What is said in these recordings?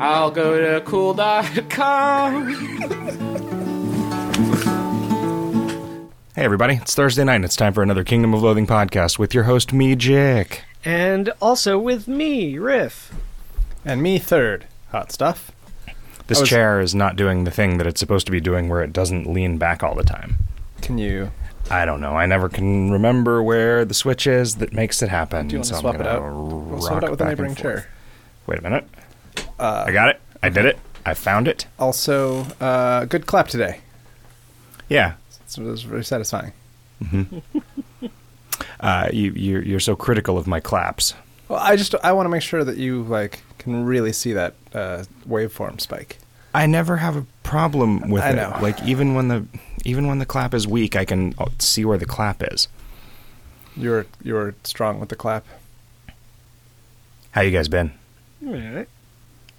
I'll go to cool.com. Hey, everybody. It's Thursday night, and it's time for another Kingdom of Loathing podcast with your host, me, Jick. And also with me, Riff. And me third. Hot stuff. This I was- chair is not doing the thing that it's supposed to be doing where it doesn't lean back all the time. Can you? I don't know. I never can remember where the switch is that makes it happen. Do you want so to I'm swap it gonna out? We'll swap rock it out with a back and neighboring forth. chair. Uh, Wait a minute. I got it. I did it. I found it. Also, uh, good clap today. Yeah. It was very satisfying. Uh, you, you're, you're so critical of my claps. Well, I just I want to make sure that you like can really see that uh, waveform spike. I never have a problem with I it. know. Like even when the even when the clap is weak, I can uh, see where the clap is. You're you're strong with the clap. How you guys been? All right.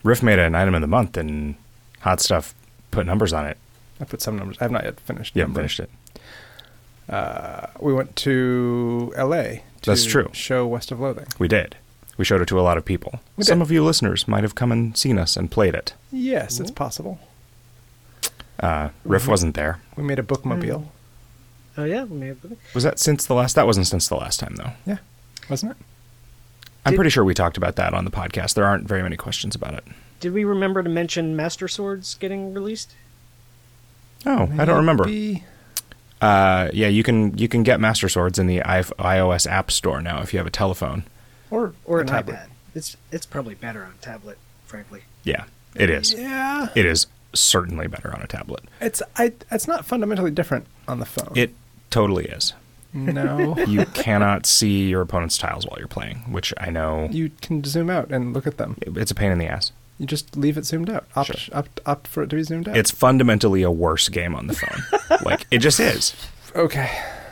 Riff made an item of the month, and Hot Stuff put numbers on it. I put some numbers. I have not yet finished. You haven't numbering. finished it. We went to L.A. To That's true. Show West of Loathing. We did. We showed it to a lot of people. We Some did. of you listeners might have come and seen us and played it. Yes, it's possible. Uh, Riff wasn't there. We made a bookmobile. Hmm. Oh, yeah. we may have- Was that since the last? That wasn't since the last time though. Yeah, wasn't it? I'm Did- pretty sure we talked about that on the podcast. There aren't very many questions about it. Did we remember to mention Master Swords getting released? Oh, I don't remember. Maybe- Uh, yeah, you can you can get Master Swords in the I- iOS App Store now if you have a telephone. Or Or a an tablet. iPad? It's, it's probably better on a tablet, frankly. Yeah, it is. Yeah. It is certainly better on a tablet. It's I. It's not fundamentally different on the phone. It totally is. no. You cannot see your opponent's tiles while you're playing, which I know you can zoom out and look at them. it's a pain in the ass. You just leave it zoomed out. Opt, Sure. opt, opt for it to be zoomed out. It's fundamentally a worse game on the phone. like it just is. okay.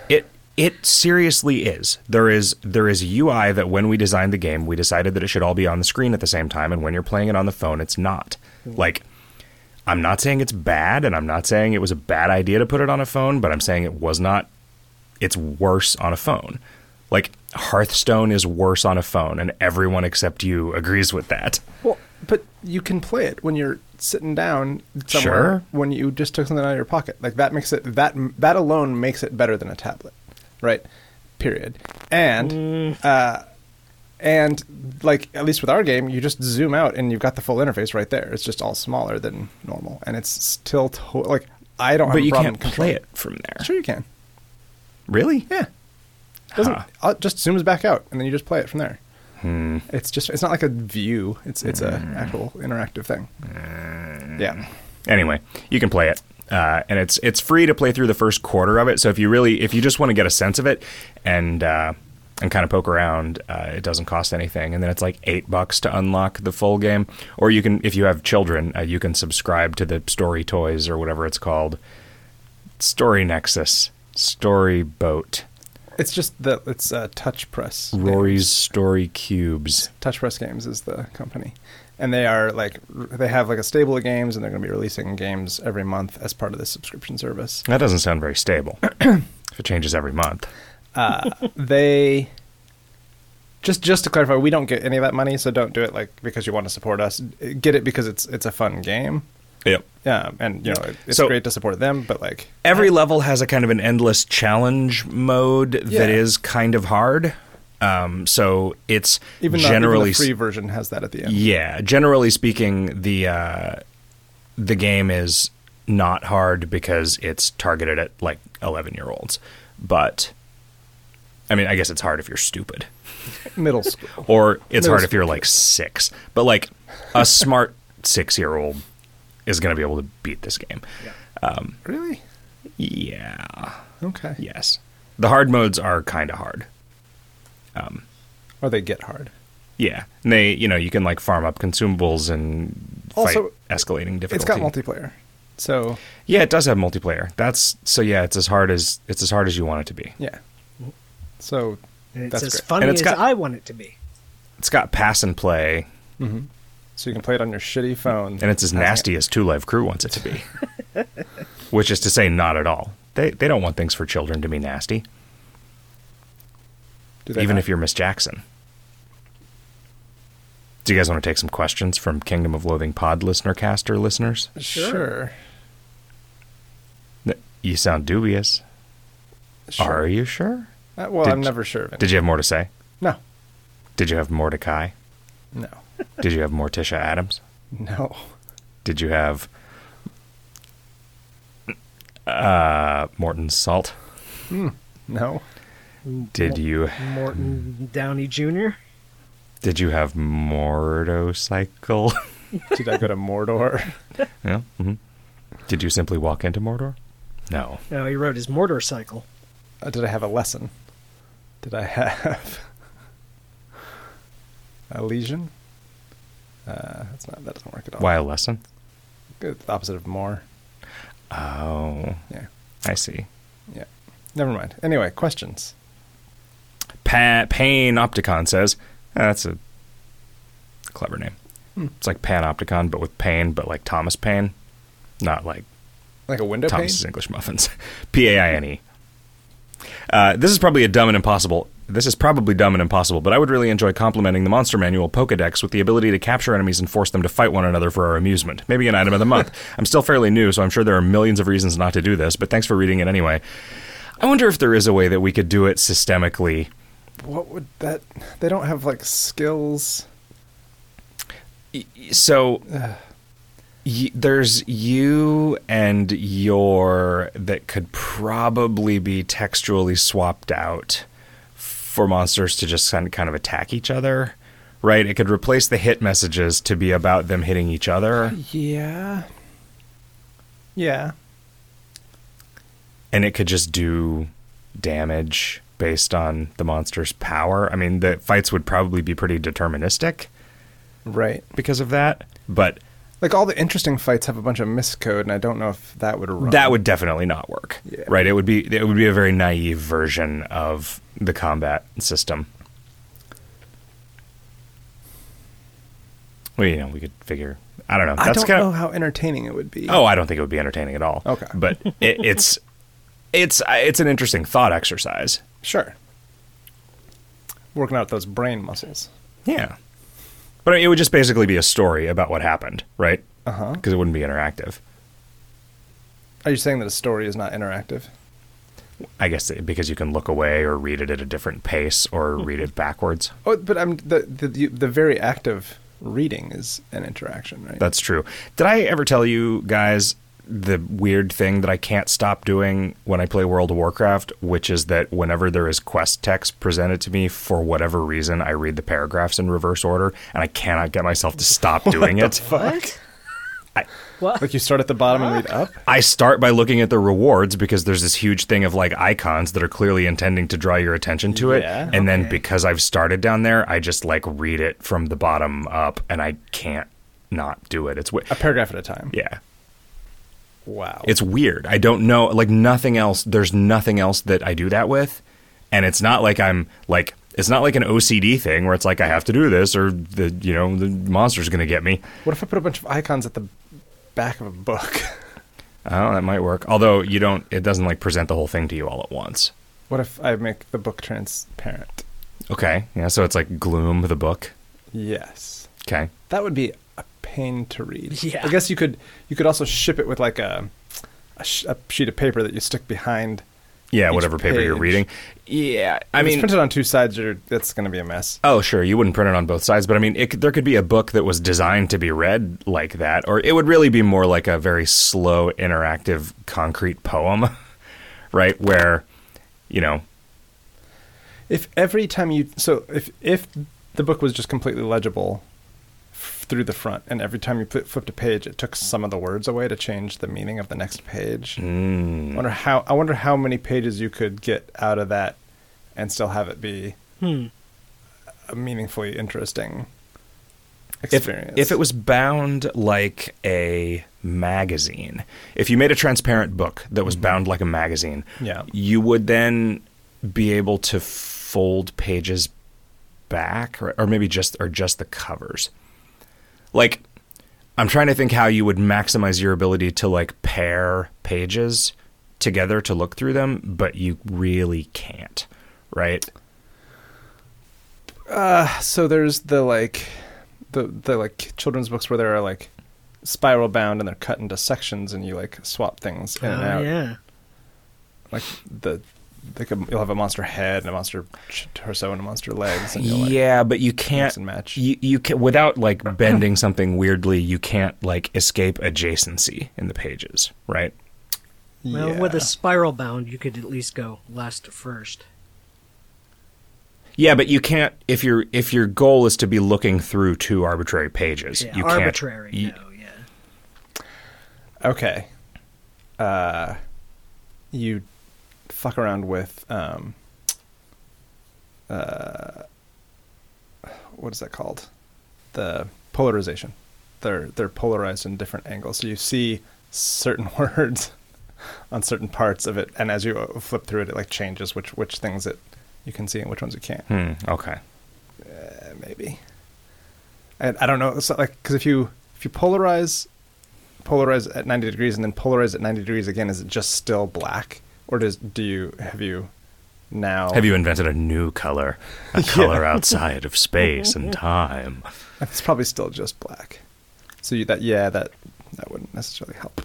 It it seriously is. There is there is UI that when we designed the game, we decided that it should all be on the screen at the same time, and when you're playing it on the phone, it's not. Mm. Like I'm not saying it's bad, and I'm not saying it was a bad idea to put it on a phone, but I'm saying it was not it's worse on a phone. Like Hearthstone is worse on a phone, and everyone except you agrees with that. Well, but you can play it when you're sitting down somewhere. Sure. When you just took something out of your pocket, like that makes it that that alone makes it better than a tablet, right? Period. And Mm. uh, and like at least with our game, you just zoom out and you've got the full interface right there. It's just all smaller than normal, and it's still to- like I don't. have But a you problem can't controlling play it from there. Sure, you can. Really? Yeah. Doesn't Huh. Hmm. uh, just zooms back out and then you just play it from there. It's just it's not like a view. It's it's a actual interactive thing. Hmm. Yeah. Anyway, you can play it. Uh, and it's it's free to play through the first quarter of it. So if you really if you just want to get a sense of it and uh, and kind of poke around, uh, it doesn't cost anything. And then it's like eight bucks to unlock the full game. Or you can if you have children, uh, you can subscribe to the Story Toys or whatever it's called, Story Nexus, Story Boat, It's just the it's uh, Touch Press. Rory's Story Cubes. Touch Press Games is the company, and they are like r- they have like a stable of games, and they're going to be releasing games every month as part of this subscription service. That doesn't sound very stable. if it changes every month, they just just to clarify, we don't get any of that money, so don't do it like because you want to support us. Get it because it's it's a fun game. yep. Yeah, and you know it, it's So- great to support them, but like Every level has a kind of an endless challenge mode Yeah. that is kind of hard. Um, so it's even though generally even the free version has that at the end. yeah, generally speaking, the uh, the game is not hard because it's targeted at like eleven year olds. But I mean, I guess it's hard if you're stupid, Middle school. or it's No, hard it's- if you're like six. But like a smart six year old is going to be able to beat this game. really? Yeah. Okay. Yes. The hard modes are kind of hard. Oh, Or they get hard. Yeah. And they, you know, you can like farm up consumables and Also, fight escalating difficulty. It's got multiplayer, so Yeah, it does have multiplayer. That's so yeah, it's as hard as it's as hard as you want it to be. yeah. So And it's that's as great. funny And it's as got- I want it to be. It's got pass and play, so you can play it on your shitty phone, and it's as nasty as Two Live Crew wants it to be. Which is to say not at all. They they don't want things for children to be nasty, even if you're Miss Jackson. Do you guys want to take some questions from Kingdom of Loathing Pod listener caster listeners? Sure. N- You sound dubious. Sure. Are you sure? Uh, well, Did- I'm never sure of it. Did you have more to say? No. Did you have Mordecai? No. Did you have Morticia Adams? No. Did you have uh, Morton Salt? No. Did you Morton Downey Jr. did you have Mordocycle? Did I go to Mordor? yeah. hmm Did you simply walk into Mordor? No. No, he rode his motorcycle. Uh, did I have a lesson? Did I have a lesion? Uh, that's not. That doesn't work at all. Why a lesson? Good. The Uh, opposite of more. Oh, Yeah. I see. Yeah. Never mind. Anyway, questions. Pa- Pan Opticon says eh, that's a clever name. It's like Pan Opticon, but with Payne, but like Thomas Payne, not like Like a window pane. Thomas's English Muffins. P A I N E. Uh, this is probably a dumb and impossible. This is probably dumb and impossible, but I would really enjoy complementing the Monster Manual Pokedex with the ability to capture enemies and force them to fight one another for our amusement. Maybe an item of the month. I'm still fairly new, so I'm sure there are millions of reasons not to do this, but thanks for reading it anyway. I wonder if there is a way that we could do it systemically. What would that? They don't have like skills. so y- there's you and your that could probably be textually swapped out for monsters to just kind of, kind of attack each other right it could replace the hit messages to be about them hitting each other Yeah. Yeah. and it could just do damage based on the monster's power i mean the fights would probably be pretty deterministic Right. because of that but Like all the interesting fights have a bunch of miscode, and I don't know if that would run. That would definitely not work. Yeah. Right? It would be it would be a very naive version of the combat system. Well, you know, we could figure. I don't know. I That's don't kind know of. how entertaining it would be. Oh, I don't think it would be entertaining at all. Okay. but it, it's it's it's an interesting thought exercise. sure. Working out those brain muscles. Yeah. But it would just basically be a story about what happened, right? Uh-huh. Because it wouldn't be interactive. Are you saying that a story is not interactive? I guess because you can look away or read it at a different pace or read it backwards. Oh, but I'm the the, the, the very act of reading is an interaction, right? That's true. Did I ever tell you guys the weird thing that I can't stop doing when I play World of Warcraft, which is that whenever there is quest text presented to me, for whatever reason, I read the paragraphs in reverse order, and I cannot get myself to stop doing it. What? like you start at the bottom and read up. I start by looking at the rewards because there's this huge thing of like icons that are clearly intending to draw your attention to it. Yeah, and then because I've started down there, I just like read it from the bottom up and I can't not do it. It's weird. A paragraph at a time. Yeah. Wow. It's weird. I don't know. Like nothing else. There's nothing else that I do that with, and it's not like I'm like it's not like an OCD thing where it's like I have to do this or the you know the monster's gonna get me. what if I put a bunch of icons at the back of a book? Oh, that might work. Although you don't, it doesn't like present the whole thing to you all at once. what if I make the book transparent? Okay. Yeah. So it's like gloom the book. Yes. Okay. That would be a pain to read. Yeah. I guess you could you could also ship it with like a a, sh- a sheet of paper that you stick behind. Yeah. Each whatever paper you're page. reading. Yeah. I If mean, it's printed on two sides. You're, that's going to be a mess. Oh, sure. You wouldn't print it on both sides, but I mean, it, could- there could be a book that was designed to be read like that, or it would really be more like a very slow, interactive, concrete poem, right? Where, you know, If every time you so if if the book was just completely legible f- through the front, and every time you fli- flipped a page, it took some of the words away to change the meaning of the next page. Hmm. I wonder how I wonder how many pages you could get out of that, and still have it be a meaningfully interesting if, experience. if it was bound like a magazine, if you made a transparent book that was bound like a magazine, Mm-hmm. Yeah. you would then be able to fold pages back, or, or maybe just or just the covers. Like, I'm trying to think how you would maximize your ability to like pair pages together to look through them, but you really can't, right? So there's the like the the like children's books where they're like spiral bound and they're cut into sections and you like swap things in and Oh, out. yeah. Like the like a, you'll have a monster head and a monster ch- torso and a monster legs and you'll like yeah, but you can't mix and match. You you can without like bending something weirdly. You can't like escape adjacency in the pages, right? Well, Yeah. with a spiral bound, you could at least go last first. Yeah, but you can't if your if your goal is to be looking through two arbitrary pages. Yeah, you can't- arbitrary. you- no, yeah. okay. Uh, you fuck around with um, uh, what is that called? The polarization. They're they're polarized in different angles, so you see certain words on certain parts of it, and as you uh, flip through it, it like changes which which things it you can see and which ones you can't. Hmm, okay. Uh, maybe. I, I don't know. It's not like because if you if you polarize, polarize at ninety degrees and then polarize at ninety degrees again, is it just still black, or does do you have you now Have you invented a new color, a color outside of space and time? It's probably still just black. So you, that yeah that that wouldn't necessarily help.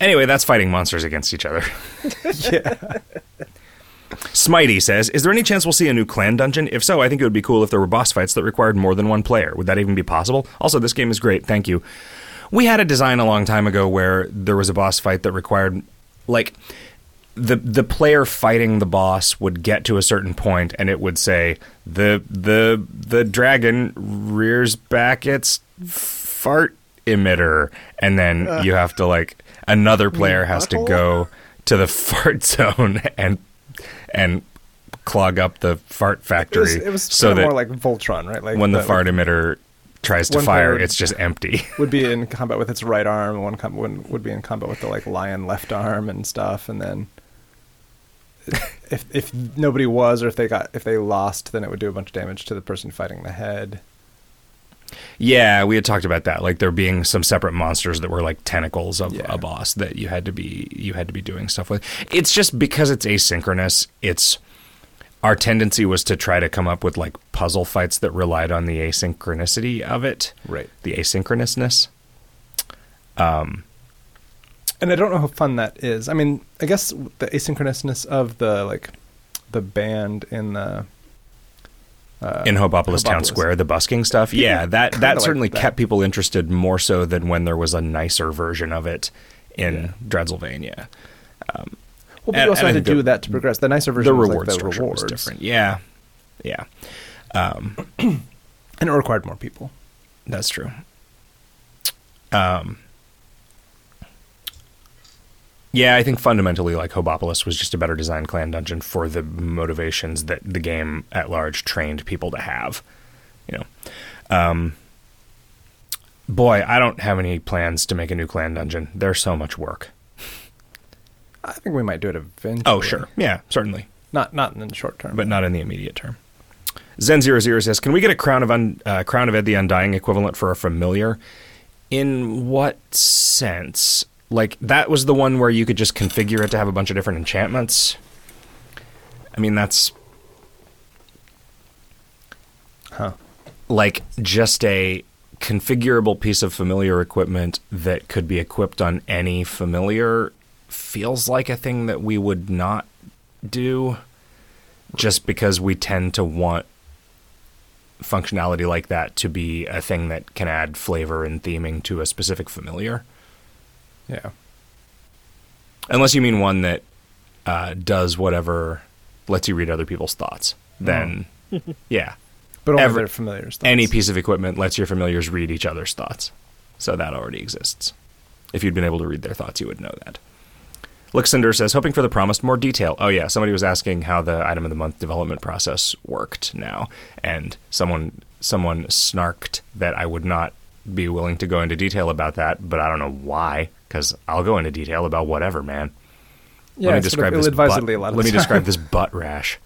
Anyway, that's fighting monsters against each other. yeah. Smitey says, "Is there any chance we'll see a new clan dungeon? If so, I think it would be cool if there were boss fights that required more than one player. Would that even be possible? Also, this game is great. Thank you. We had a design a long time ago where there was a boss fight that required like the the player fighting the boss would get to a certain point and it would say the the the dragon rears back its fart emitter and then you have to like another player has to butthole? go to the fart zone and and clog up the fart It was, factory it was so kinda that more like Voltron, right? Like when the that fart emitter tries to One fire player- it's just empty would be in combat with its right arm, one com- one would be in combat with the like lion left arm and stuff, and then if if nobody was or if they got if they lost, then it would do a bunch of damage to the person fighting the head. Yeah, we had talked about that. Like there being some separate monsters that were like tentacles of Yeah. a boss that you had to be you had to be doing stuff with. It's just because it's asynchronous. It's our tendency was to try to come up with like puzzle fights that relied on the asynchronicity of it, Right. the asynchronousness. And I don't know how fun that is. I mean, I guess the asynchronousness of the like the band in the in Hobopolis Town Hobopolis. Square, the busking stuff. Yeah, that kinda that like certainly that. kept people interested more so than when there was a nicer version of it in Dreadsylvania. well, but And- you and also I had to think the- do that to progress. The nicer version The was, like, reward the structure was rewards. different. Yeah, yeah, and it required more people. that's true. Um, Yeah, I think fundamentally, like Hobopolis was just a better designed clan dungeon for the motivations that the game at large trained people to have. You know, um, boy, I don't have any plans to make a new clan dungeon. There's so much work. I think we might do it eventually. Oh, sure, yeah, certainly, Not not in the short term. but not in the immediate term. Zen 00 says, "Can we get a crown of un- uh, crown of Ed the Undying equivalent for a familiar? In what sense? Like that was the one where you could just configure it to have a bunch of different enchantments. I mean, that's Huh. like just a configurable piece of familiar equipment that could be equipped on any familiar feels like a thing that we would not do just because we tend to want functionality like that to be a thing that can add flavor and theming to a specific familiar yeah. unless you mean one that uh, does whatever lets you read other people's thoughts then yeah But only Ever- their familiar stuff. any piece of equipment lets your familiars read each other's thoughts. So that already exists. If you'd been able to read their thoughts, you would know that. Lixinder says, hoping for the promised more detail. Oh, yeah, somebody was asking how the item of the month development process worked now, and someone someone snarked that I would not be willing to go into detail about that, but I don't know why, because I'll go into detail about whatever, man. Yeah, let me it's sort describe of this. ill-advisedly butt, a lot of let the me time. describe this butt rash.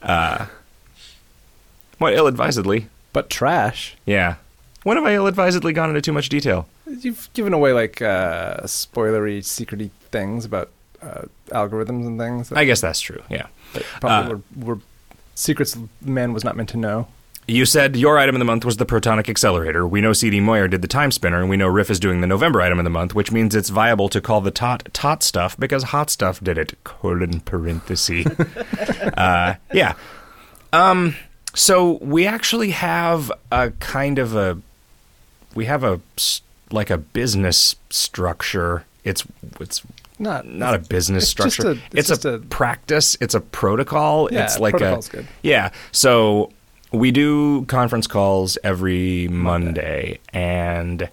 Uh, well, ill-advisedly. But trash. Yeah. When have I ill-advisedly gone into too much detail? You've given away like uh, spoilery, secrety things about uh, algorithms and things. That, I guess that's true. Yeah. that probably were, were secrets man was not meant to know. You said your item of the month was the Protonic Accelerator. We know CD Moyer did the Time Spinner, and we know Riff is doing the November item of the month, which means it's viable to call the tot tot stuff because hot stuff did it. Colon parenthesis. uh, yeah. Um. So we actually have a kind of a we have a s- like a business structure. It's it's Not not a business It's just structure. a- it's it's just a, a- practice. It's a protocol. Yeah, it's like protocol's a good. yeah. So we do conference calls every Monday, and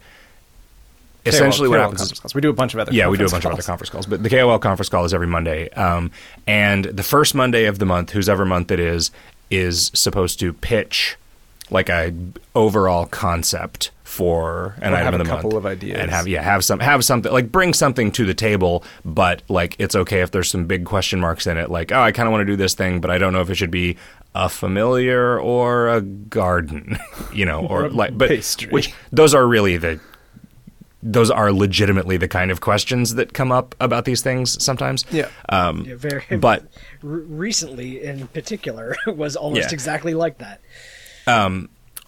essentially what KOL happens is conference calls. We do a bunch of other yeah, we do a bunch conference of other conference calls. calls, but the KOL conference call is every Monday. Um, and the first Monday of the month, whosever month it is, is supposed to pitch like a overall concept for an Or item have of the a couple month of ideas. and have yeah have some have something like bring something to the table, but like it's okay if there's some big question marks in it. Like oh, I kind of want to do this thing, but I don't know if it should be a familiar or a garden, you know, or, like but pastry. which those are really the those are legitimately the kind of questions that come up about these things sometimes. Yeah. Um, Yeah, very. but re- recently, in particular, was almost Yeah. exactly like that.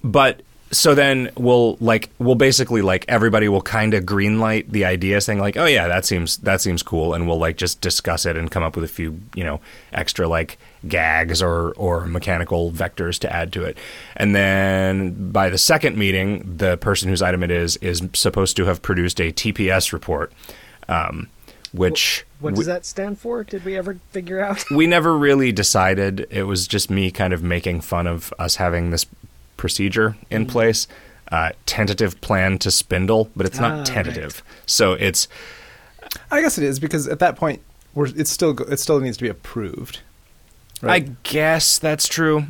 but so then we'll like we'll basically like everybody will kind of green light the idea saying like oh yeah that seems that seems cool and we'll like just discuss it and come up with a few you know extra like gags or or mechanical vectors to add to it and then by the second meeting the person whose item it is is supposed to have produced a TPS report um, which What we- does that stand for? Did we ever figure out? we never really decided. It was just me kind of making fun of us having this procedure Mm. in place. Uh, tentative plan to spindle, but it's Ah, not tentative. So it's I guess it is because at that point, we're, it's still go- it still needs to be approved. I guess that's true.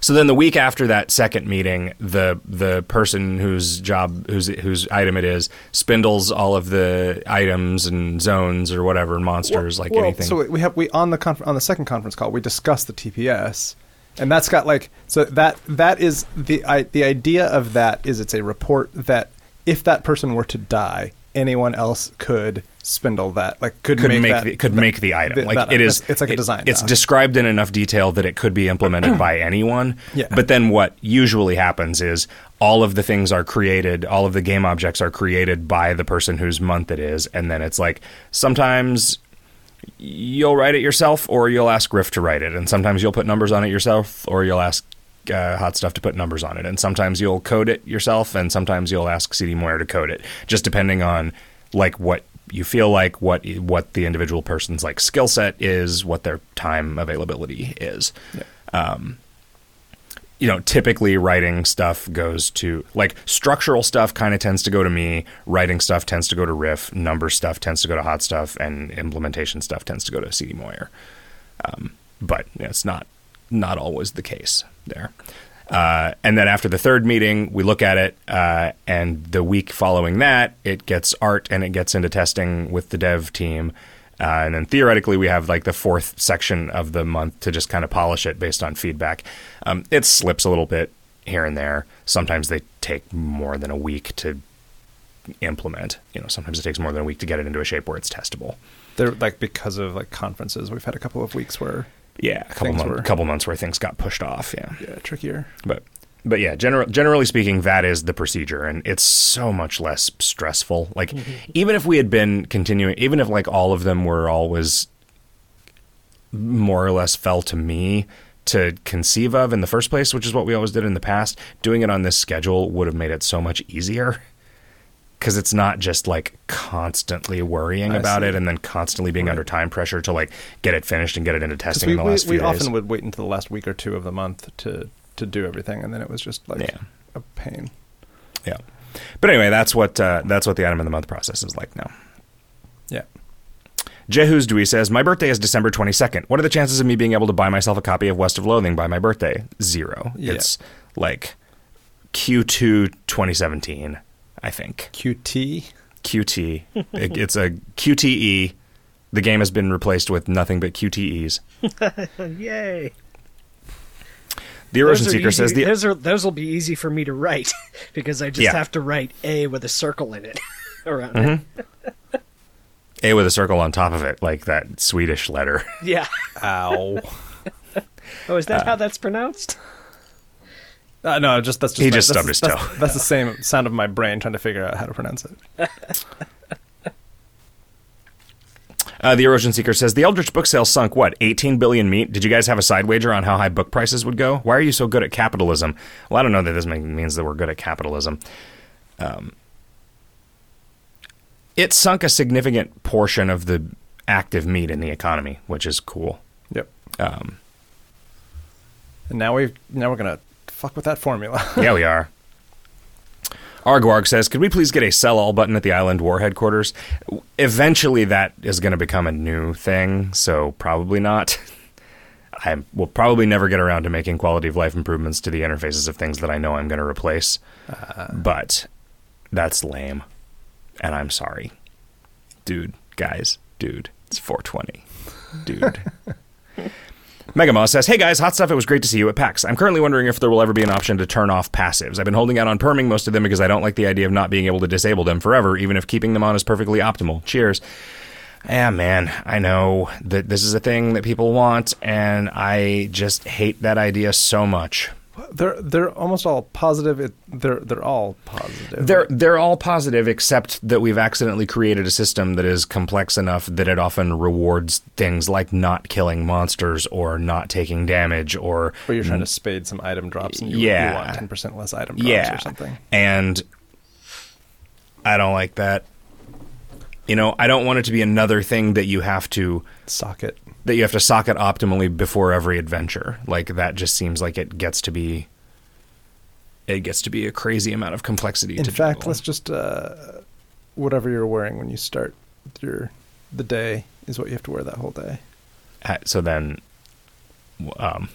So then the week after that second meeting, the the person whose job whose whose item it is spindles all of the items and zones or whatever and monsters like Well, anything. So we have we on the conf- on the second conference call we discussed the TPS, and that's got like so that that is the I, the idea of that is it's a report that if that person were to die, anyone else could spindle that like could, could make, make, that, the, could that- make the item. th- like that- it is, it's like a it- design. It's doc. described in enough detail that it could be implemented by anyone. Yeah. But then what usually happens is all of the things are created, all of the game objects are created by the person whose month it is, and then it's like sometimes you'll write it yourself or you'll ask Griff to write it. And sometimes you'll put numbers on it yourself or you'll ask uh, Hot Stuff to put numbers on it. And sometimes you'll code it yourself and sometimes you'll ask CD Moyer to code it, just depending on like what you feel like, what what the individual person's like skill set is, what their time availability is. Um, you know, typically writing stuff goes to like structural stuff kind of tends to go to me. Writing stuff tends to go to Riff. Number stuff tends to go to Hot Stuff, and implementation stuff tends to go to CD Moyer but you know, it's not not always the case there. Uh, and then after the third meeting, we look at it, uh, and the week following that, it gets art and it gets into testing with the dev team. Uh, and then theoretically, we have like the fourth section of the month to just kind of polish it based on feedback. Um, it slips a little bit here and there. Sometimes they take more than a week to implement. You know, sometimes it takes more than a week to get it into a shape where it's testable. They're like because of like conferences, we've had a couple of weeks where Yeah, a couple Things month, were- couple months where things got pushed off. Yeah. yeah, trickier. but but yeah general, generally speaking that is the procedure and it's so much less stressful like Mm-hmm. even if we had been continuing even if like all of them were always more or less fell to me to conceive of in the first place which is what we always did in the past doing it on this schedule would have made it so much easier because it's not just like constantly worrying I about see. it and then constantly being under time pressure to like get it finished and get it into Because testing we, in the we, last we few days often would wait until the last week or two of the month to to do everything, and then it was just like Yeah. a pain. Yeah. But anyway, that's what uh, that's what the item of the month process is like now. Yeah. Jehu's Dewey says, My birthday is December 22nd. What are the chances of me being able to buy myself a copy of West of Loathing by my birthday? Zero. Yeah. It's like Q2 2017, I think. QT. QT. It- it's a QTE. The game has been replaced with nothing but QTEs. Yay! The Erosion Those are Seeker easy- says, the, those are those will be easy for me to write because I just Yeah. have to write a with a circle in it around it. Mm-hmm. A with a circle on top of it, like that Swedish letter. Yeah. Ow. Oh, is that how that's pronounced? Uh, no, just that's just He my- just that's stubbed his the- that's, toe. That's the same sound of my brain trying to figure out how to pronounce it. Uh, the Erosion Seeker says the Eldritch book sale sunk what 18 billion meat. Did you guys have a side wager on how high book prices would go? Why are you so good at capitalism? Well, I don't know that this ma- means that we're good at capitalism. Um, it sunk a significant portion of the active meat in the economy, which is cool. Yep. Um, And now we now we're gonna fuck with that formula. yeah, we are. Arguarg says, could we please get a sell all button at the island war headquarters? W- Eventually, that is going to become a new thing, so probably not. I will probably never get around to making quality of life improvements to the interfaces of things that I know I'm going to replace. but that's lame. And I'm sorry. Dude, guys, dude, it's 420. Dude. Megamaw says, Hey guys, hot stuff. It was great to see you at PAX. I'm currently wondering if there will ever be an option to turn off passives. I've been holding out on perming most of them because I don't like the idea of not being able to disable them forever, even if keeping them on is perfectly optimal. Cheers. Yeah, man, I know that this is a thing that people want, and I just hate that idea so much. they're they're almost all positive. It, they're they're all positive. They're they're all positive, except that we've accidentally created a system that is complex enough that it often rewards things like not killing monsters or not taking damage or where you're trying to spade some item drops and you, you Mm. Yeah. want ten percent less item drops yeah or something. And I don't like that. You know, I don't want it to be another thing that you have to Socket. that you have to socket optimally before every adventure. Like that just seems like it gets to be it gets to be a crazy amount of complexity In to fact, juggle. let's just uh, whatever you're wearing when you start your the day is what you have to wear that whole day. Ha- so then w- um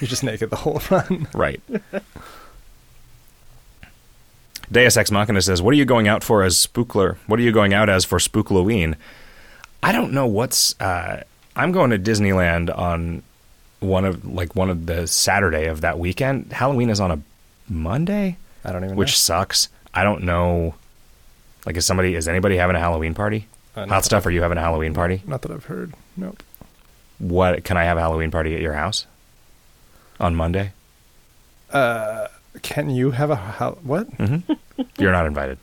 You're just naked the whole run. Right. Deus Ex Machina says, "What are you going out for as Spookler? What are you going out as for Spookloween?" I don't know what's. Uh, I'm going to Disneyland on one of like one of the Saturday of that weekend. Halloween is on a Monday, I don't even. which know. sucks. I don't know. Like, is somebody is anybody having a Halloween party? Uh, no. Hot stuff. Are you having a Halloween party? Not that I've heard. Nope. What can I have a Halloween party at your house on Monday? Can you have a how, what? Mm-hmm. You're not invited.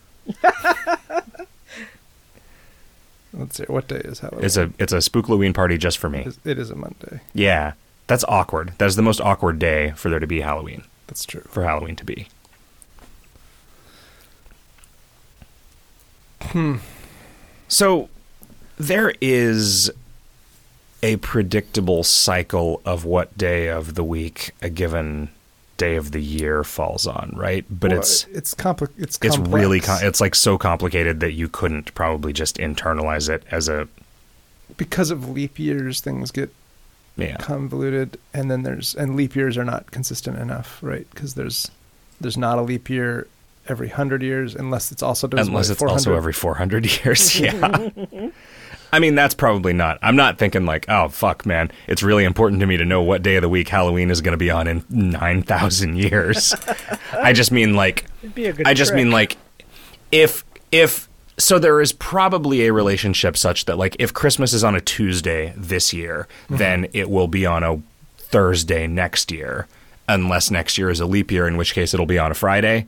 Let's see. What day is Halloween? It's a it's a Spookloween party just for me. It is- It is a Monday. Yeah, that's awkward. That's the most awkward day for there to be Halloween, That's true. for Halloween to be. Hmm. So there is a predictable cycle of what day of the week a given day of the year falls on, right? But Well, it's it's compli- it's it's complex. really com- it's like so complicated that you couldn't probably just internalize it as a because of leap years things get yeah. convoluted and then there's and leap years are not consistent enough right because there's there's not a leap year every 100 years unless it's also does unless like it's also 400. every 400 years yeah i mean that's probably not i'm not thinking like oh fuck man it's really important to me to know what day of the week halloween is going to be on in 9000 years i just mean like It'd be a good i just mean like trick. if if so there is probably a relationship such that like if christmas is on a tuesday this year Mm-hmm. then it will be on a thursday next year unless next year is a leap year in which case it'll be on a friday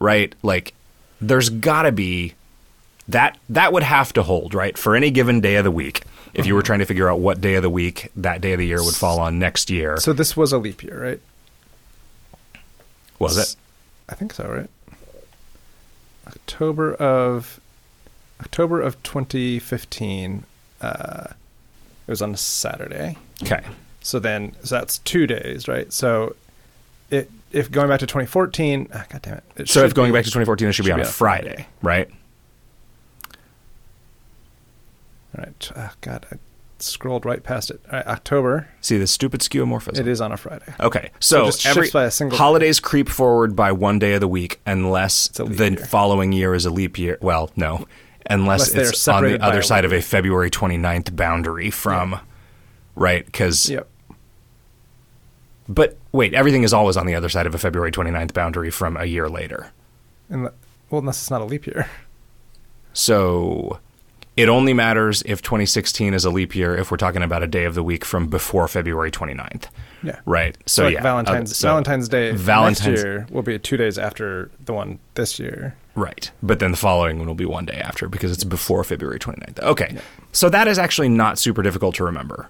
right like there's gotta be that that would have to hold right for any given day of the week if Mm-hmm. you were trying to figure out what day of the week that day of the year would fall on next year so this was a leap year right was it i think so right october of october of 2015 uh it was on a saturday okay So then, so that's two days, right? So, it if going back to 2014, ah, god damn it. it so should if going be- back to 2014 it should, be on a friday, right all right, ah, god, I scrolled right past it. All right, October, see the stupid skeuomorphism it is on a Friday. Okay, so, just shifts every by a single- holidays creep forward by one day of the week, unless a leap the year. following year is a leap year. Well, no, unless, Unless they are it's on the separated by other a side leap of a February 29th boundary from, right? Because Yep. but wait, everything is always on the other side of a February 29th boundary from a year later. And the- well, unless it's not a leap year. So It only matters if 2016 is a leap year if we're talking about a day of the week from before February 29th. Yeah. Right. So, like yeah. Valentine's Uh, so Valentine's Day Valentine's- next year will be two days after the one this year. Right. But then the following one will be one day after because it's before February 29th. Okay. So that is actually not super difficult to remember.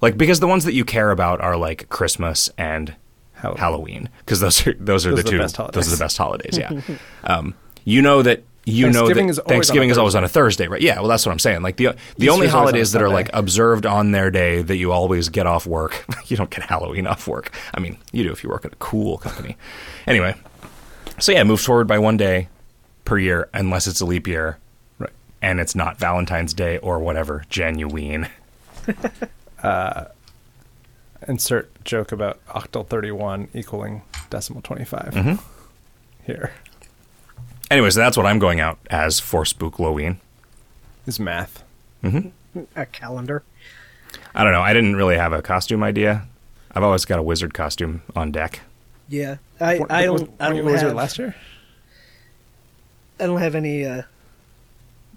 Like because the ones that you care about are like Christmas and Halloween. Halloween because those are those are Those the two best those are the holidays. best holidays, yeah. um, you know that you know that Thanksgiving is always on a Thanksgiving is Thursday. always on a Thursday, right? Yeah, well that's what I'm saying. Like the the Easter's only always on a holidays that are Sunday. like observed on their day that you always get off work. you don't get Halloween off work. I mean, you do if you work at a cool company. anyway, so yeah, it moves forward by one day per year, unless it's a leap year, Right. and it's not Valentine's Day or whatever. Genuine. Insert joke about octal 31 equaling decimal 25 Mm-hmm. here Anyway, so that's what I'm going out as for Spookloween. is math. A calendar. I don't know. I didn't really have a costume idea. I've always got a wizard costume on deck. Yeah, I, What- I was- don't I what don't was it have last year? I don't have any uh,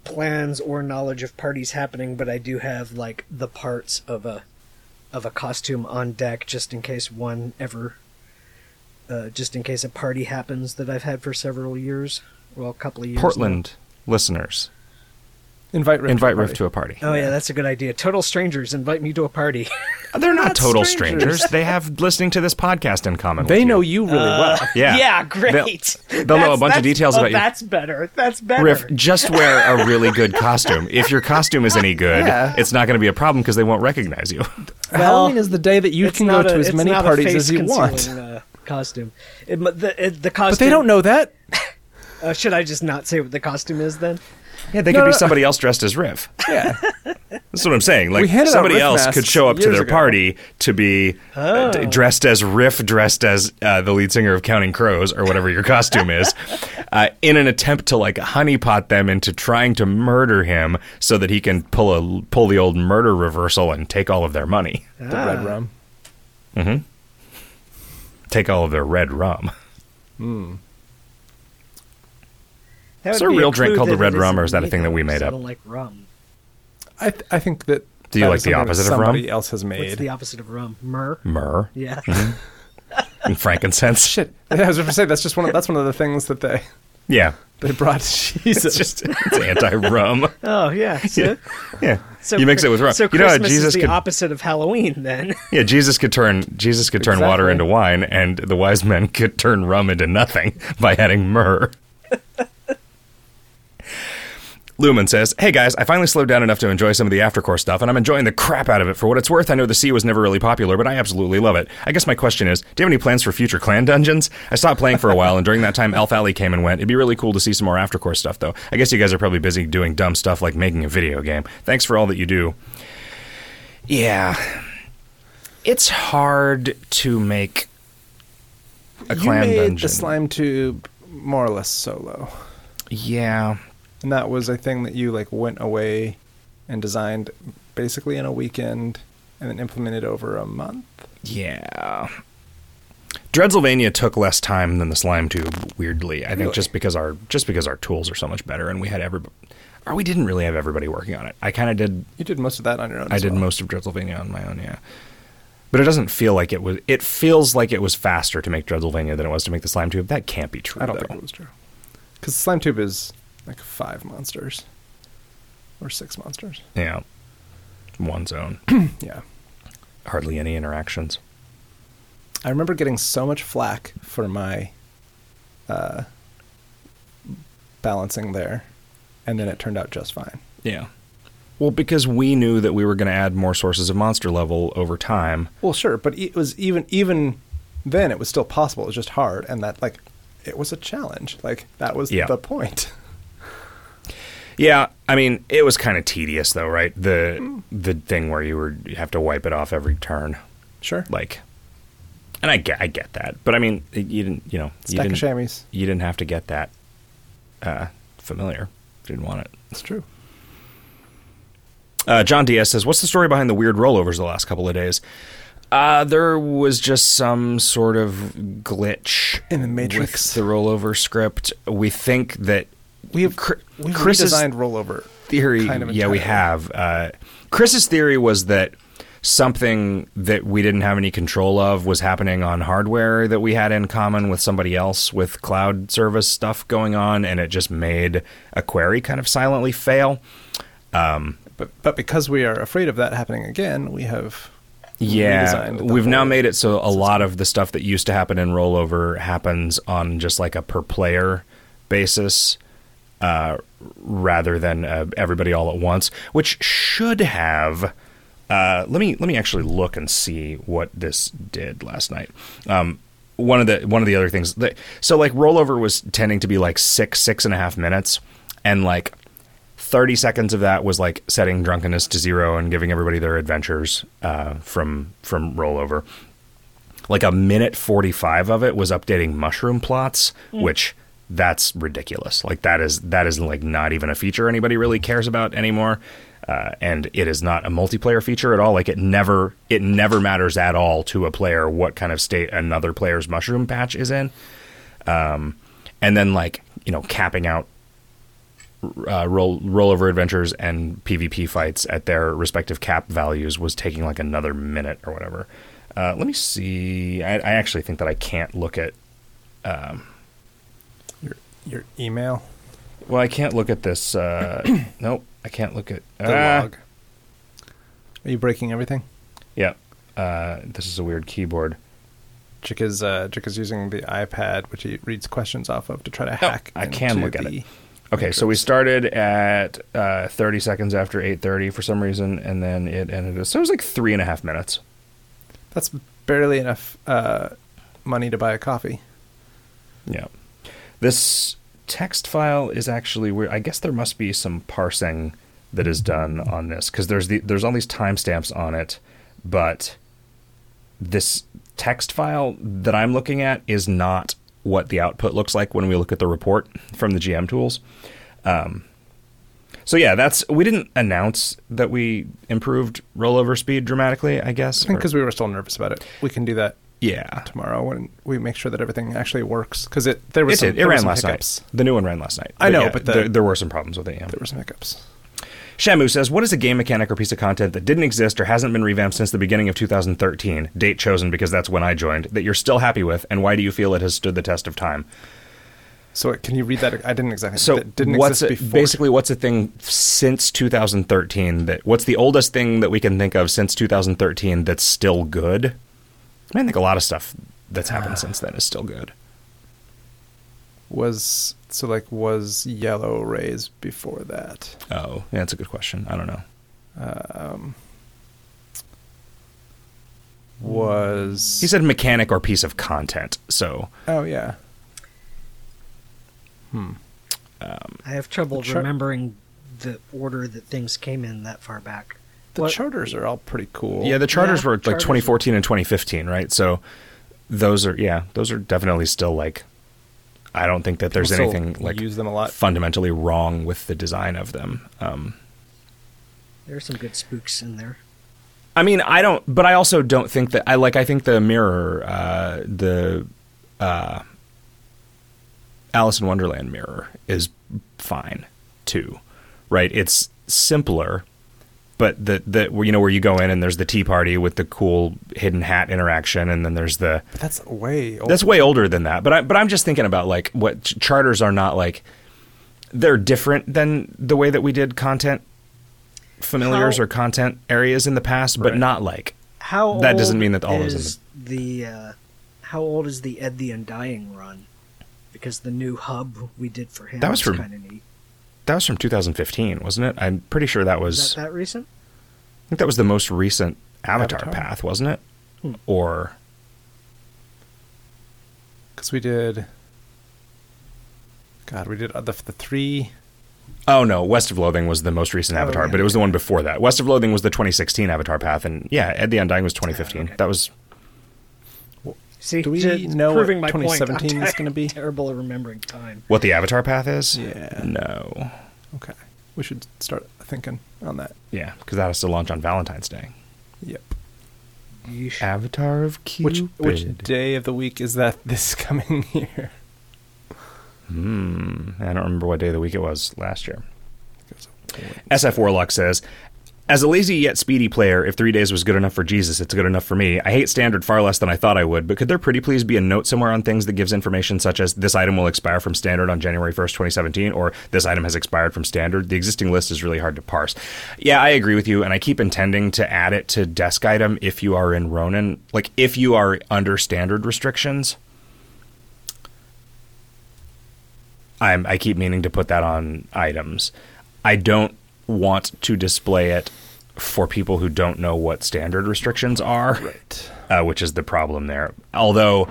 plans or knowledge of parties happening, but I do have like the parts of a of a costume on deck just in case one ever uh, just in case a party happens that I've had for several years, well, a couple of years. now. Portland listeners, Invite Riff. invite Riff to a party. Oh yeah, that's a good idea. Total strangers invite me to a party. They're not total strangers. strangers. they have listening to this podcast in common. They with know you. you really Uh, well. Yeah. great. They'll, they'll know a bunch of details about you. That's better. That's better. Riff, just wear a really good costume. If your costume is any good, Yeah. it's not going to be a problem because they won't recognize you. Halloween is the day that you It's can go not to a- as it's many not a parties as you face-concealing, want. Uh, costume. It, mu- the, it, the costume. But they don't know that. Uh, should I just not say what the costume is then? Yeah, they No, could no, be no. somebody else dressed as Riff. Yeah. Ah. That's what I'm saying. Like We handed out somebody Riff else could masks show up to years their ago. Oh. party to be uh, d- dressed as Riff, dressed as uh, the lead singer of Counting Crows or whatever your costume is, uh, in an attempt to like honeypot them into trying to murder him so that he can pull a pull the old murder reversal and take all of their money, The red rum. take all of their red rum. That Is would there a be real drink clue called the that Red it Rum, or isn't is that a thing that we legal, made 'cause I up? don't like rum. I, th- I think that. Do you that like is the something that opposite of rum? Somebody else has made. What's the opposite of rum? Myrrh. Myrrh Yeah. mm-hmm. and frankincense. Shit. I was going to say that's just one. Of, that's one of the things that they Yeah. they brought. It's Jesus. just it's anti-rum. oh yeah. So, Yeah. so you mix it with rum. So you know how Christmas is Jesus the could opposite of Halloween then. Yeah, Jesus could turn Jesus could turn water Exactly. into wine, and the wise men could turn rum into nothing by adding myrrh. Lumen says, Hey guys, I finally slowed down enough to enjoy some of the aftercore stuff, and I'm enjoying the crap out of it. For what it's worth, I know the sea was never really popular, but I absolutely love it. I guess my question is, do you have any plans for future clan dungeons? I stopped playing for a while, and during that time, Elf Alley came and went. It'd be really cool to see some more aftercore stuff, though. I guess you guys are probably busy doing dumb stuff like making a video game. Thanks for all that you do. Yeah. It's hard to make a you clan made dungeon. the slime tube more or less solo, yeah. and that was a thing that you like went away and designed basically in a weekend, and then implemented over a month. Yeah. Dreadsylvania took less time than the slime tube, weirdly. I think Really? just because our just because our tools are so much better and we had every or we didn't really have everybody working on it. I kinda did You did most of that on your own. I as did well. most of Dreadsylvania on my own, yeah. But it doesn't feel like it was it feels like it was faster to make Dreadsylvania than it was to make the slime tube. That can't be true. I don't though. think it was true. Because slime tube is like five monsters or six monsters. Yeah. One zone. Yeah. Hardly any interactions. I remember getting so much flack for my uh, balancing there, and then it turned out just fine. Yeah. Well, because we knew that we were going to add more sources of monster level over time. Well, sure, but e, it was even even then it was still possible. It was just hard, and that like it was a challenge. Like that was Yeah. the point. Yeah, I mean, it was kind of tedious though, right? The the thing where you were you have to wipe it off every turn, Sure, like. And I get I get that, but I mean, it- you didn't, you know, you Stack of didn't, chamois. You didn't have to get that uh, familiar. If you didn't want it. it's true. Uh, John Diaz says, "What's the story behind the weird rollovers the last couple of days?" Uh, there was just some sort of glitch In the with Matrix. the rollover script. We think that We have Chri- we've Chris's- redesigned rollover theory, Kind of yeah, we entirely. have. Uh, Chris's theory was that something that we didn't have any control of was happening on hardware that we had in common with somebody else with cloud service stuff going on, and it just made a query kind of silently fail. But but because we are afraid of that happening again, we have Yeah, redesigned the we've now whole- made it so a lot of the stuff that used to happen in rollover happens on just like a per player basis uh, rather than uh, everybody all at once, which should have. Uh, let me let me actually look and see what this did last night. Um, one of the one of the other things that so like rollover was tending to be like six six and a half minutes, and like 30 seconds of that was like setting drunkenness to zero and giving everybody their adventures uh, from from rollover like a minute 45 of it was updating mushroom plots which that's ridiculous like that is that is like not even a feature anybody really cares about anymore uh, and it is not a multiplayer feature at all like it never it never matters at all to a player what kind of state another player's mushroom patch is in um, and then like you know capping out uh, roll rollover adventures and PvP fights at their respective cap values was taking like another minute or whatever. Uh, let me see. I, I actually think that I can't look at. your your email, Well, I can't look at this. Uh, nope, I can't look at. the ah, log. Are you breaking everything? Yeah, uh, this is a weird keyboard. Chick is uh, Chick is using the iPad, which he reads questions off of to try to No, hack. Oh, I can into look at the- it. Okay, so we started at uh, 30 seconds after 8:30 for some reason, and then it ended. at- So it was like three and a half minutes. That's barely enough uh, money to buy a coffee. Yeah. This text file is actually weird. I guess there must be some parsing that is done on this because there's the there's all these timestamps on it, but this text file that I'm looking at is not what the output looks like when we look at the report from the GM tools. Um, so yeah, that's we didn't announce that we improved rollover speed dramatically. I guess I think or- because we were still nervous about it. We can do that yeah, tomorrow when we make sure that everything actually works. Because it there was it some, did. It there were ran some last hiccups. night. The new one ran last night. I know, yeah, but the- there, there were some problems with it. Yeah. There were some hiccups. Shamu says, What is a game mechanic or piece of content that didn't exist or hasn't been revamped since the beginning of 2013, date chosen because that's when I joined, that you're still happy with, and why do you feel it has stood the test of time? So can you read that? I didn't exactly. So, that didn't what's exist a- before. basically what's a thing since 2013 that what's the oldest thing that we can think of since 2013 that's still good? I think a lot of stuff that's happened since then is still good. was so like was yellow rays before that? Oh, yeah, that's a good question. I don't know. Was He said mechanic or piece of content, so Oh yeah. I have trouble The char- remembering the order that things came in that far back. The What- charters are all pretty cool. Yeah, the charters Yeah, were like charters. 2014 and 2015, right? So those are yeah, those are definitely still like I don't think that there's People still anything like use them a lot. fundamentally wrong with the design of them. Um, There are some good spooks in there. I mean, I don't, but I also don't think that I like. I think the mirror, uh, the uh, Alice in Wonderland mirror is fine too, right? It's simpler, but the the you know where you go in and there's the tea party with the cool hidden hat interaction, and then there's the But that's way old. that's way older than that. But I, but I'm just thinking about like what ch- charters are not like. They're different than the way that we did content familiars How- or content areas in the past, but Right. not like How That doesn't old mean that all those in is the uh, how old is the Ed the Undying run? Because the new hub we did for him That was from- kind of neat. that was from 2015, wasn't it? I'm pretty sure that was. Is that that recent? I think that was the most recent Avatar, Avatar? path, wasn't it? Hmm. Or because we did. God, we did uh, the the three. oh no, West of Loathing was the most recent Oh, Avatar, yeah, but it was the one before that. West of Loathing was the 2016 Avatar path, and yeah, Ed the Undying was 2015. Oh, okay. That was See, Do we to- know what proving my 2017 point, I'm is gonna be? terrible at remembering time. what the Avatar path is. Yeah. No. Okay, we should start thinking on that. Yeah, because that has to launch on Valentine's Day. Yep. Yeesh. Avatar of Which Cupid. which day of the week is that this coming year? I don't remember what day of the week it was last year. SF Warlock says, as a lazy yet speedy player, if three days was good enough for Jesus, it's good enough for me. I hate standard far less than I thought I would, but could there pretty please be a note somewhere on things that gives information such as this item will expire from standard on January 1st, 2017, or this item has expired from standard? The existing list is really hard to parse. Yeah, I agree with you, and I keep intending to add it to desk item if you are in Ronin, like if you are under standard restrictions. I'm, I keep meaning to put that on items. I don't want to display it for people who don't know what standard restrictions are, Right. uh, which is the problem there. Although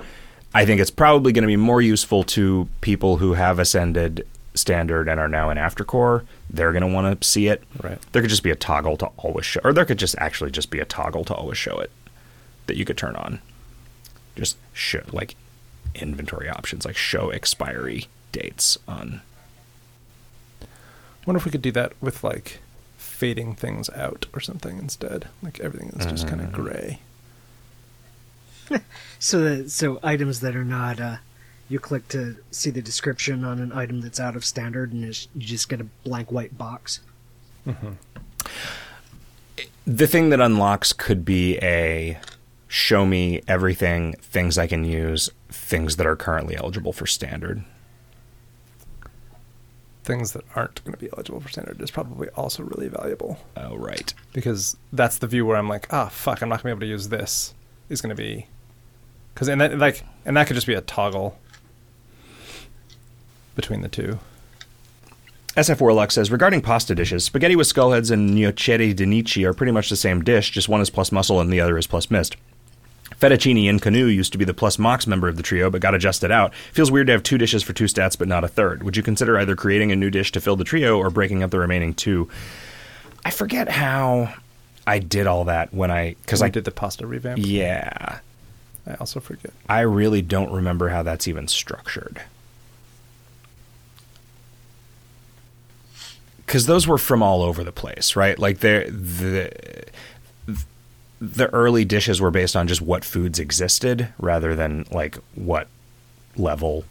I think it's probably going to be more useful to people who have ascended standard and are now in aftercore. They're going to want to see it. Right. There could just be a toggle to always show, or there could just actually just be a toggle to always show it that you could turn on. Just show like inventory options, like show expiry dates on wonder if we could do that with like fading things out or something instead. Like everything is just kind of gray. So that, so items that are not, uh, you click to see the description on an item that's out of standard, and it's, you just get a blank white box. the thing that unlocks could be a show me everything things i can use things that are currently eligible for standard Things that aren't going to be eligible for standard is probably also really valuable oh right because that's the view where I'm like, ah, fuck, I'm not going to be able to use this. Is going to be because and that like and that could just be a toggle between the two. SF Warlock says regarding pasta dishes, spaghetti with skullheads and gnocchetti di nici are pretty much the same dish, just one is plus muscle and the other is plus mist. Fettuccine and Canoe used to be the plus mox member of the trio, but got adjusted out. Feels weird to have two dishes for two stats, but not a third. Would you consider either creating a new dish to fill the trio or breaking up the remaining two? I forget how I did all that when I because I I did the pasta revamp. yeah I also forget. I really don't remember how that's even structured. Because those were from all over the place, right? Like the the the early dishes were based on just what foods existed, rather than like what level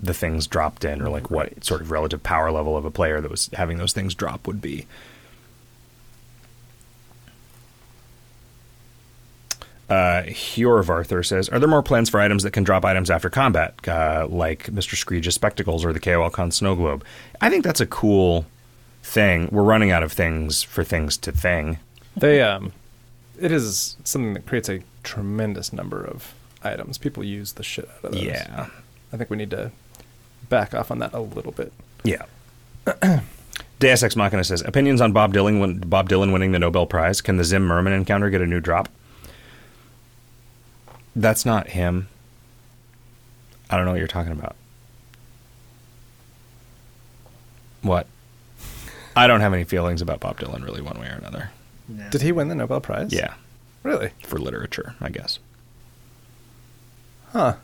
the things dropped in, or like what sort of relative power level of a player that was having those things drop would be. Uh, Hero of Arthur says, "Are there more plans for items that can drop items after combat, uh, like Mr. Screege's spectacles or the KOLCon snow globe?" I think that's a cool thing. We're running out of things for things to thing. They um, it is something that creates a tremendous number of items. People use the shit out of those. Yeah, I think we need to back off on that a little bit. yeah. Deus Ex Machina says, "Opinions on Bob Dylan win- Bob Dylan winning the Nobel Prize? Can the Zim Merman encounter get a new drop?" That's not him. I don't know what you're talking about. What? I don't have any feelings about Bob Dylan, really, one way or another. No. Did he win the Nobel Prize? Yeah, Really? for literature, I guess. Huh.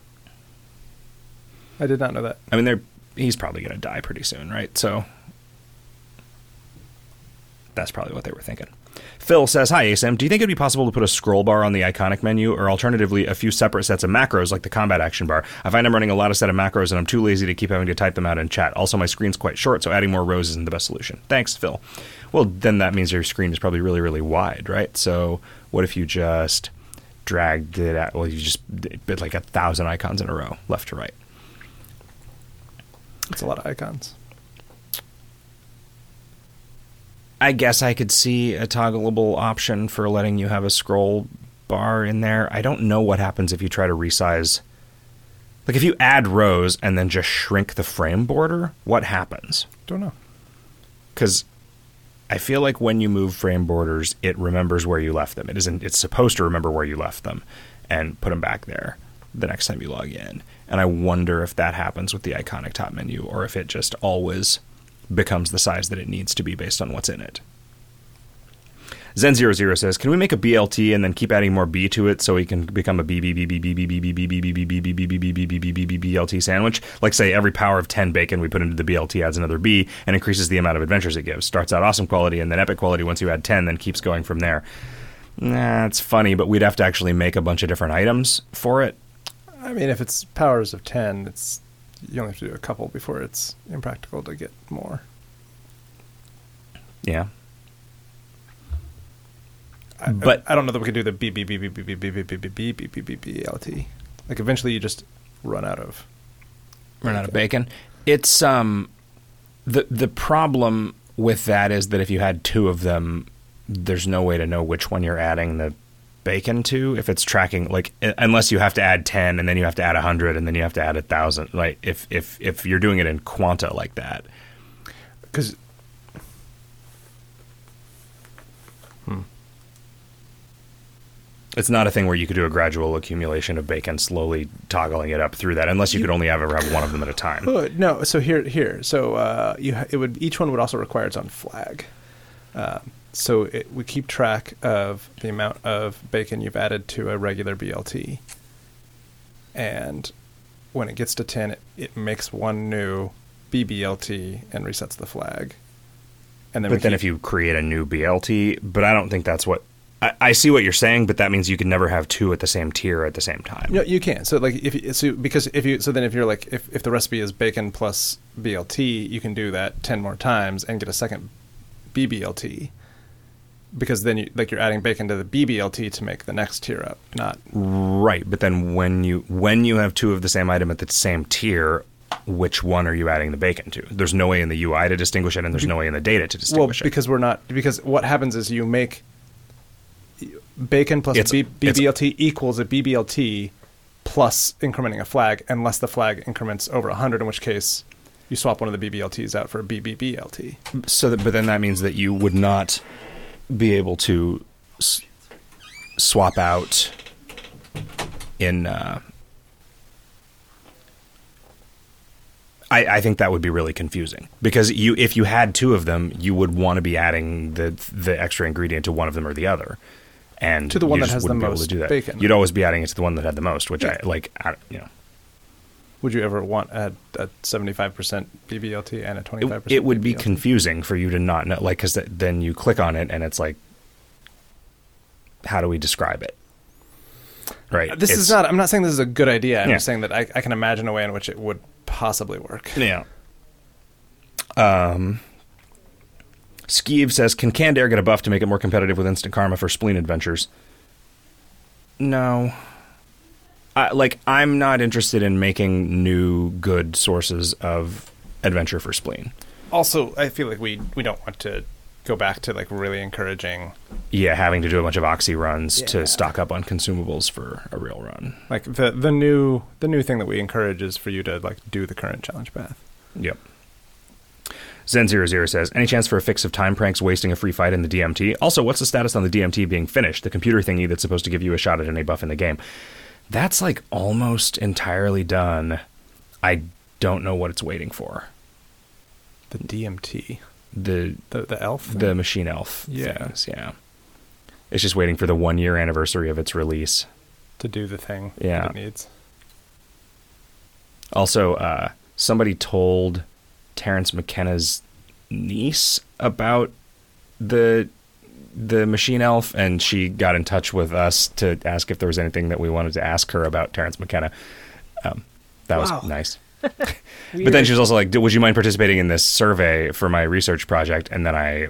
I did not know that. I mean, they're he's probably going to die pretty soon, right? So that's probably what they were thinking. Phil says, "Hi, ASM. Do you think it'd be possible to put a scroll bar on the iconic menu, or alternatively, a few separate sets of macros like the combat action bar? I find I'm running a lot of set of macros, and I'm too lazy to keep having to type them out in chat. Also, my screen's quite short, so adding more rows isn't the best solution. Thanks, Phil. Well, then that means your screen is probably really, really wide, right? So what if you just dragged it out? Well, you just did like a thousand icons in a row, left to right." It's a lot of icons. I guess I could see a toggleable option for letting you have a scroll bar in there. I don't know what happens if you try to resize. Like if you add rows and then just shrink the frame border, what happens? Don't know. Cuz I feel like when you move frame borders, it remembers where you left them. It isn't it's supposed to remember where you left them and put them back there the next time you log in. And I wonder if that happens with the iconic top menu or if it just always becomes the size that it needs to be based on what's in it. Zen00 says, "Can we make a BLT and then keep adding more B to it so we can become a BLT sandwich? Like say every power of 10 bacon we put into the BLT adds another B and increases the amount of adventures it gives. Starts out awesome quality and then epic quality once you add 10 then keeps going from there." Nah, it's funny, but we'd have to actually make a bunch of different items for it. I mean, if it's powers of 10, it's you only have to do a couple before it's impractical to get more. Yeah. I- But- I, I don't know that we could do the beep beep beep beep beep beep beep beep beep beep beep beep beep beep BLT. Like eventually you just run out of. Run out of bacon. It's um the the problem with that is that if you had two of them, there's no way to know which one you're adding the bacon to if it's tracking like u- unless you have to add 10 and then you have to add 100 and then you have to add 1000 like if if if you're doing it in quanta like that Because it's not a thing where you could do a gradual accumulation of bacon slowly toggling it up through that unless you, could only have ever have one of them at a time But no, so here, here, so uh, you ha- it would each one would also require its own flag. Uh, so it would keep track of the amount of bacon you've added to a regular BLT, and when it gets to ten, it, it makes one new BBLT and resets the flag. And then, we but then keep- if you create a new BLT, but I don't think that's what I, I see what you're saying, but that means you could never have two at the same tier at the same time. No, you can. So like if you, so because if you so then if you're like if, if the recipe is bacon plus BLT, you can do that 10 more times and get a second BBLT. Because then you like you're adding bacon to the BBLT to make the next tier up, not Mm-hmm. Right, but then when you when you have two of the same item at the same tier, which one are you adding the bacon to? There's no way in the UI to distinguish it, and there's no way in the data to well distinguish because we're not because what happens is you make bacon plus It's- B, it's- BBLT equals a BBLT plus incrementing a flag unless the flag increments over 100 in which case you swap one of the BBLTs out for a BBBLT. it. So, that, but then that means that you would not be able to s- swap out in. Uh, I, I think that would be really confusing because you if you had two of them, you would want to be adding the the extra ingredient to one of them or the other, and To the one you that just has the wouldn't be able most to do that. bacon. You'd always be adding it to the one that had the most, which I like. I, you know, Would you ever want a, a 75% BBLT and a 25%? it, it would be BBLT? confusing for you to not know, like, because then you click on it and it's like, how do we describe it? Right. This is It's- not. I'm not saying this is a good idea. I'm Yeah. just saying that I, I can imagine a way in which it would possibly work. Yeah. Um, Skeev says, "Can Canned Air get a buff to make it more competitive with Instant Karma for Spleen Adventures?" No. I, like I'm not interested in making new good sources of adventure for Spleen. Also, I feel like we we don't want to go back to like really encouraging Yeah, having to do a bunch of oxy runs Yeah. to stock up on consumables for a real run. like the the new the new thing that we encourage is for you to like do the current challenge path. Yep. Zen00 says, any chance for a fix of time pranks wasting a free fight in the DMT? Also, what's the status on the DMT being finished, the computer thingy that's supposed to give you a shot at any buff in the game? That's like almost entirely done. I don't know what it's waiting for. The DMT, The the the elf. thing? the machine elf Yeah. things, yeah. It's just waiting for the one year anniversary of its release. to do the thing. Yeah. that it needs. Also, uh, somebody told Terrence McKenna's niece about the the machine elf, and she got in touch with us to ask if there was anything that we wanted to ask her about Terrence McKenna. Um, that Wow. was nice. But then she was also like, "D- "Would you mind participating in this survey for my research project?" And then I,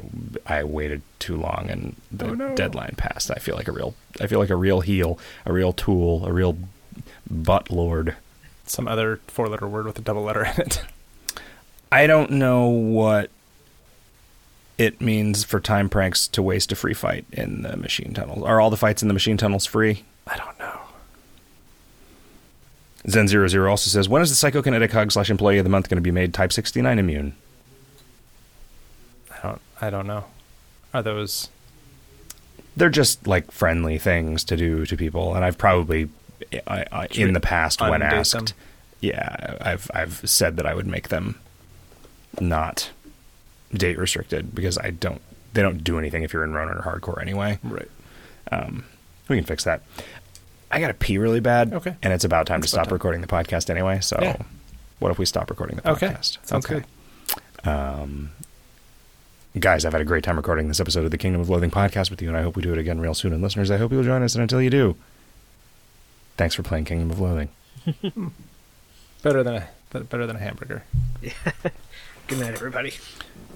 I waited too long, and the deadline passed. I feel like a real, I feel like a real heel, a real tool, a real butt lord. Some other four letter word with a double letter in it. I don't know what it means for time pranks to waste a free fight in the machine tunnels. Are all the fights in the machine tunnels free? I don't know. Zen00 also says, when is the psychokinetic hug slash employee of the month going to be made type 69 immune? I don't. I don't know. Are those? They're just like friendly things to do to people, and I've probably I, I, in the past when Undo asked, them? yeah, I've I've said that I would make them not date restricted because I don't they don't do anything if you're in Ronin or hardcore anyway. Right. We can fix that. I got to pee really bad. Okay. And it's about time to stop time. recording the podcast anyway. So Yeah. what if we stop recording the Okay. podcast? Sounds good. Guys, I've had a great time recording this episode of the Kingdom of Loathing podcast with you, and I hope we do it again real soon. And listeners, I hope you'll join us. And until you do, thanks for playing Kingdom of Loathing. Better than a better than a hamburger. Good night, everybody.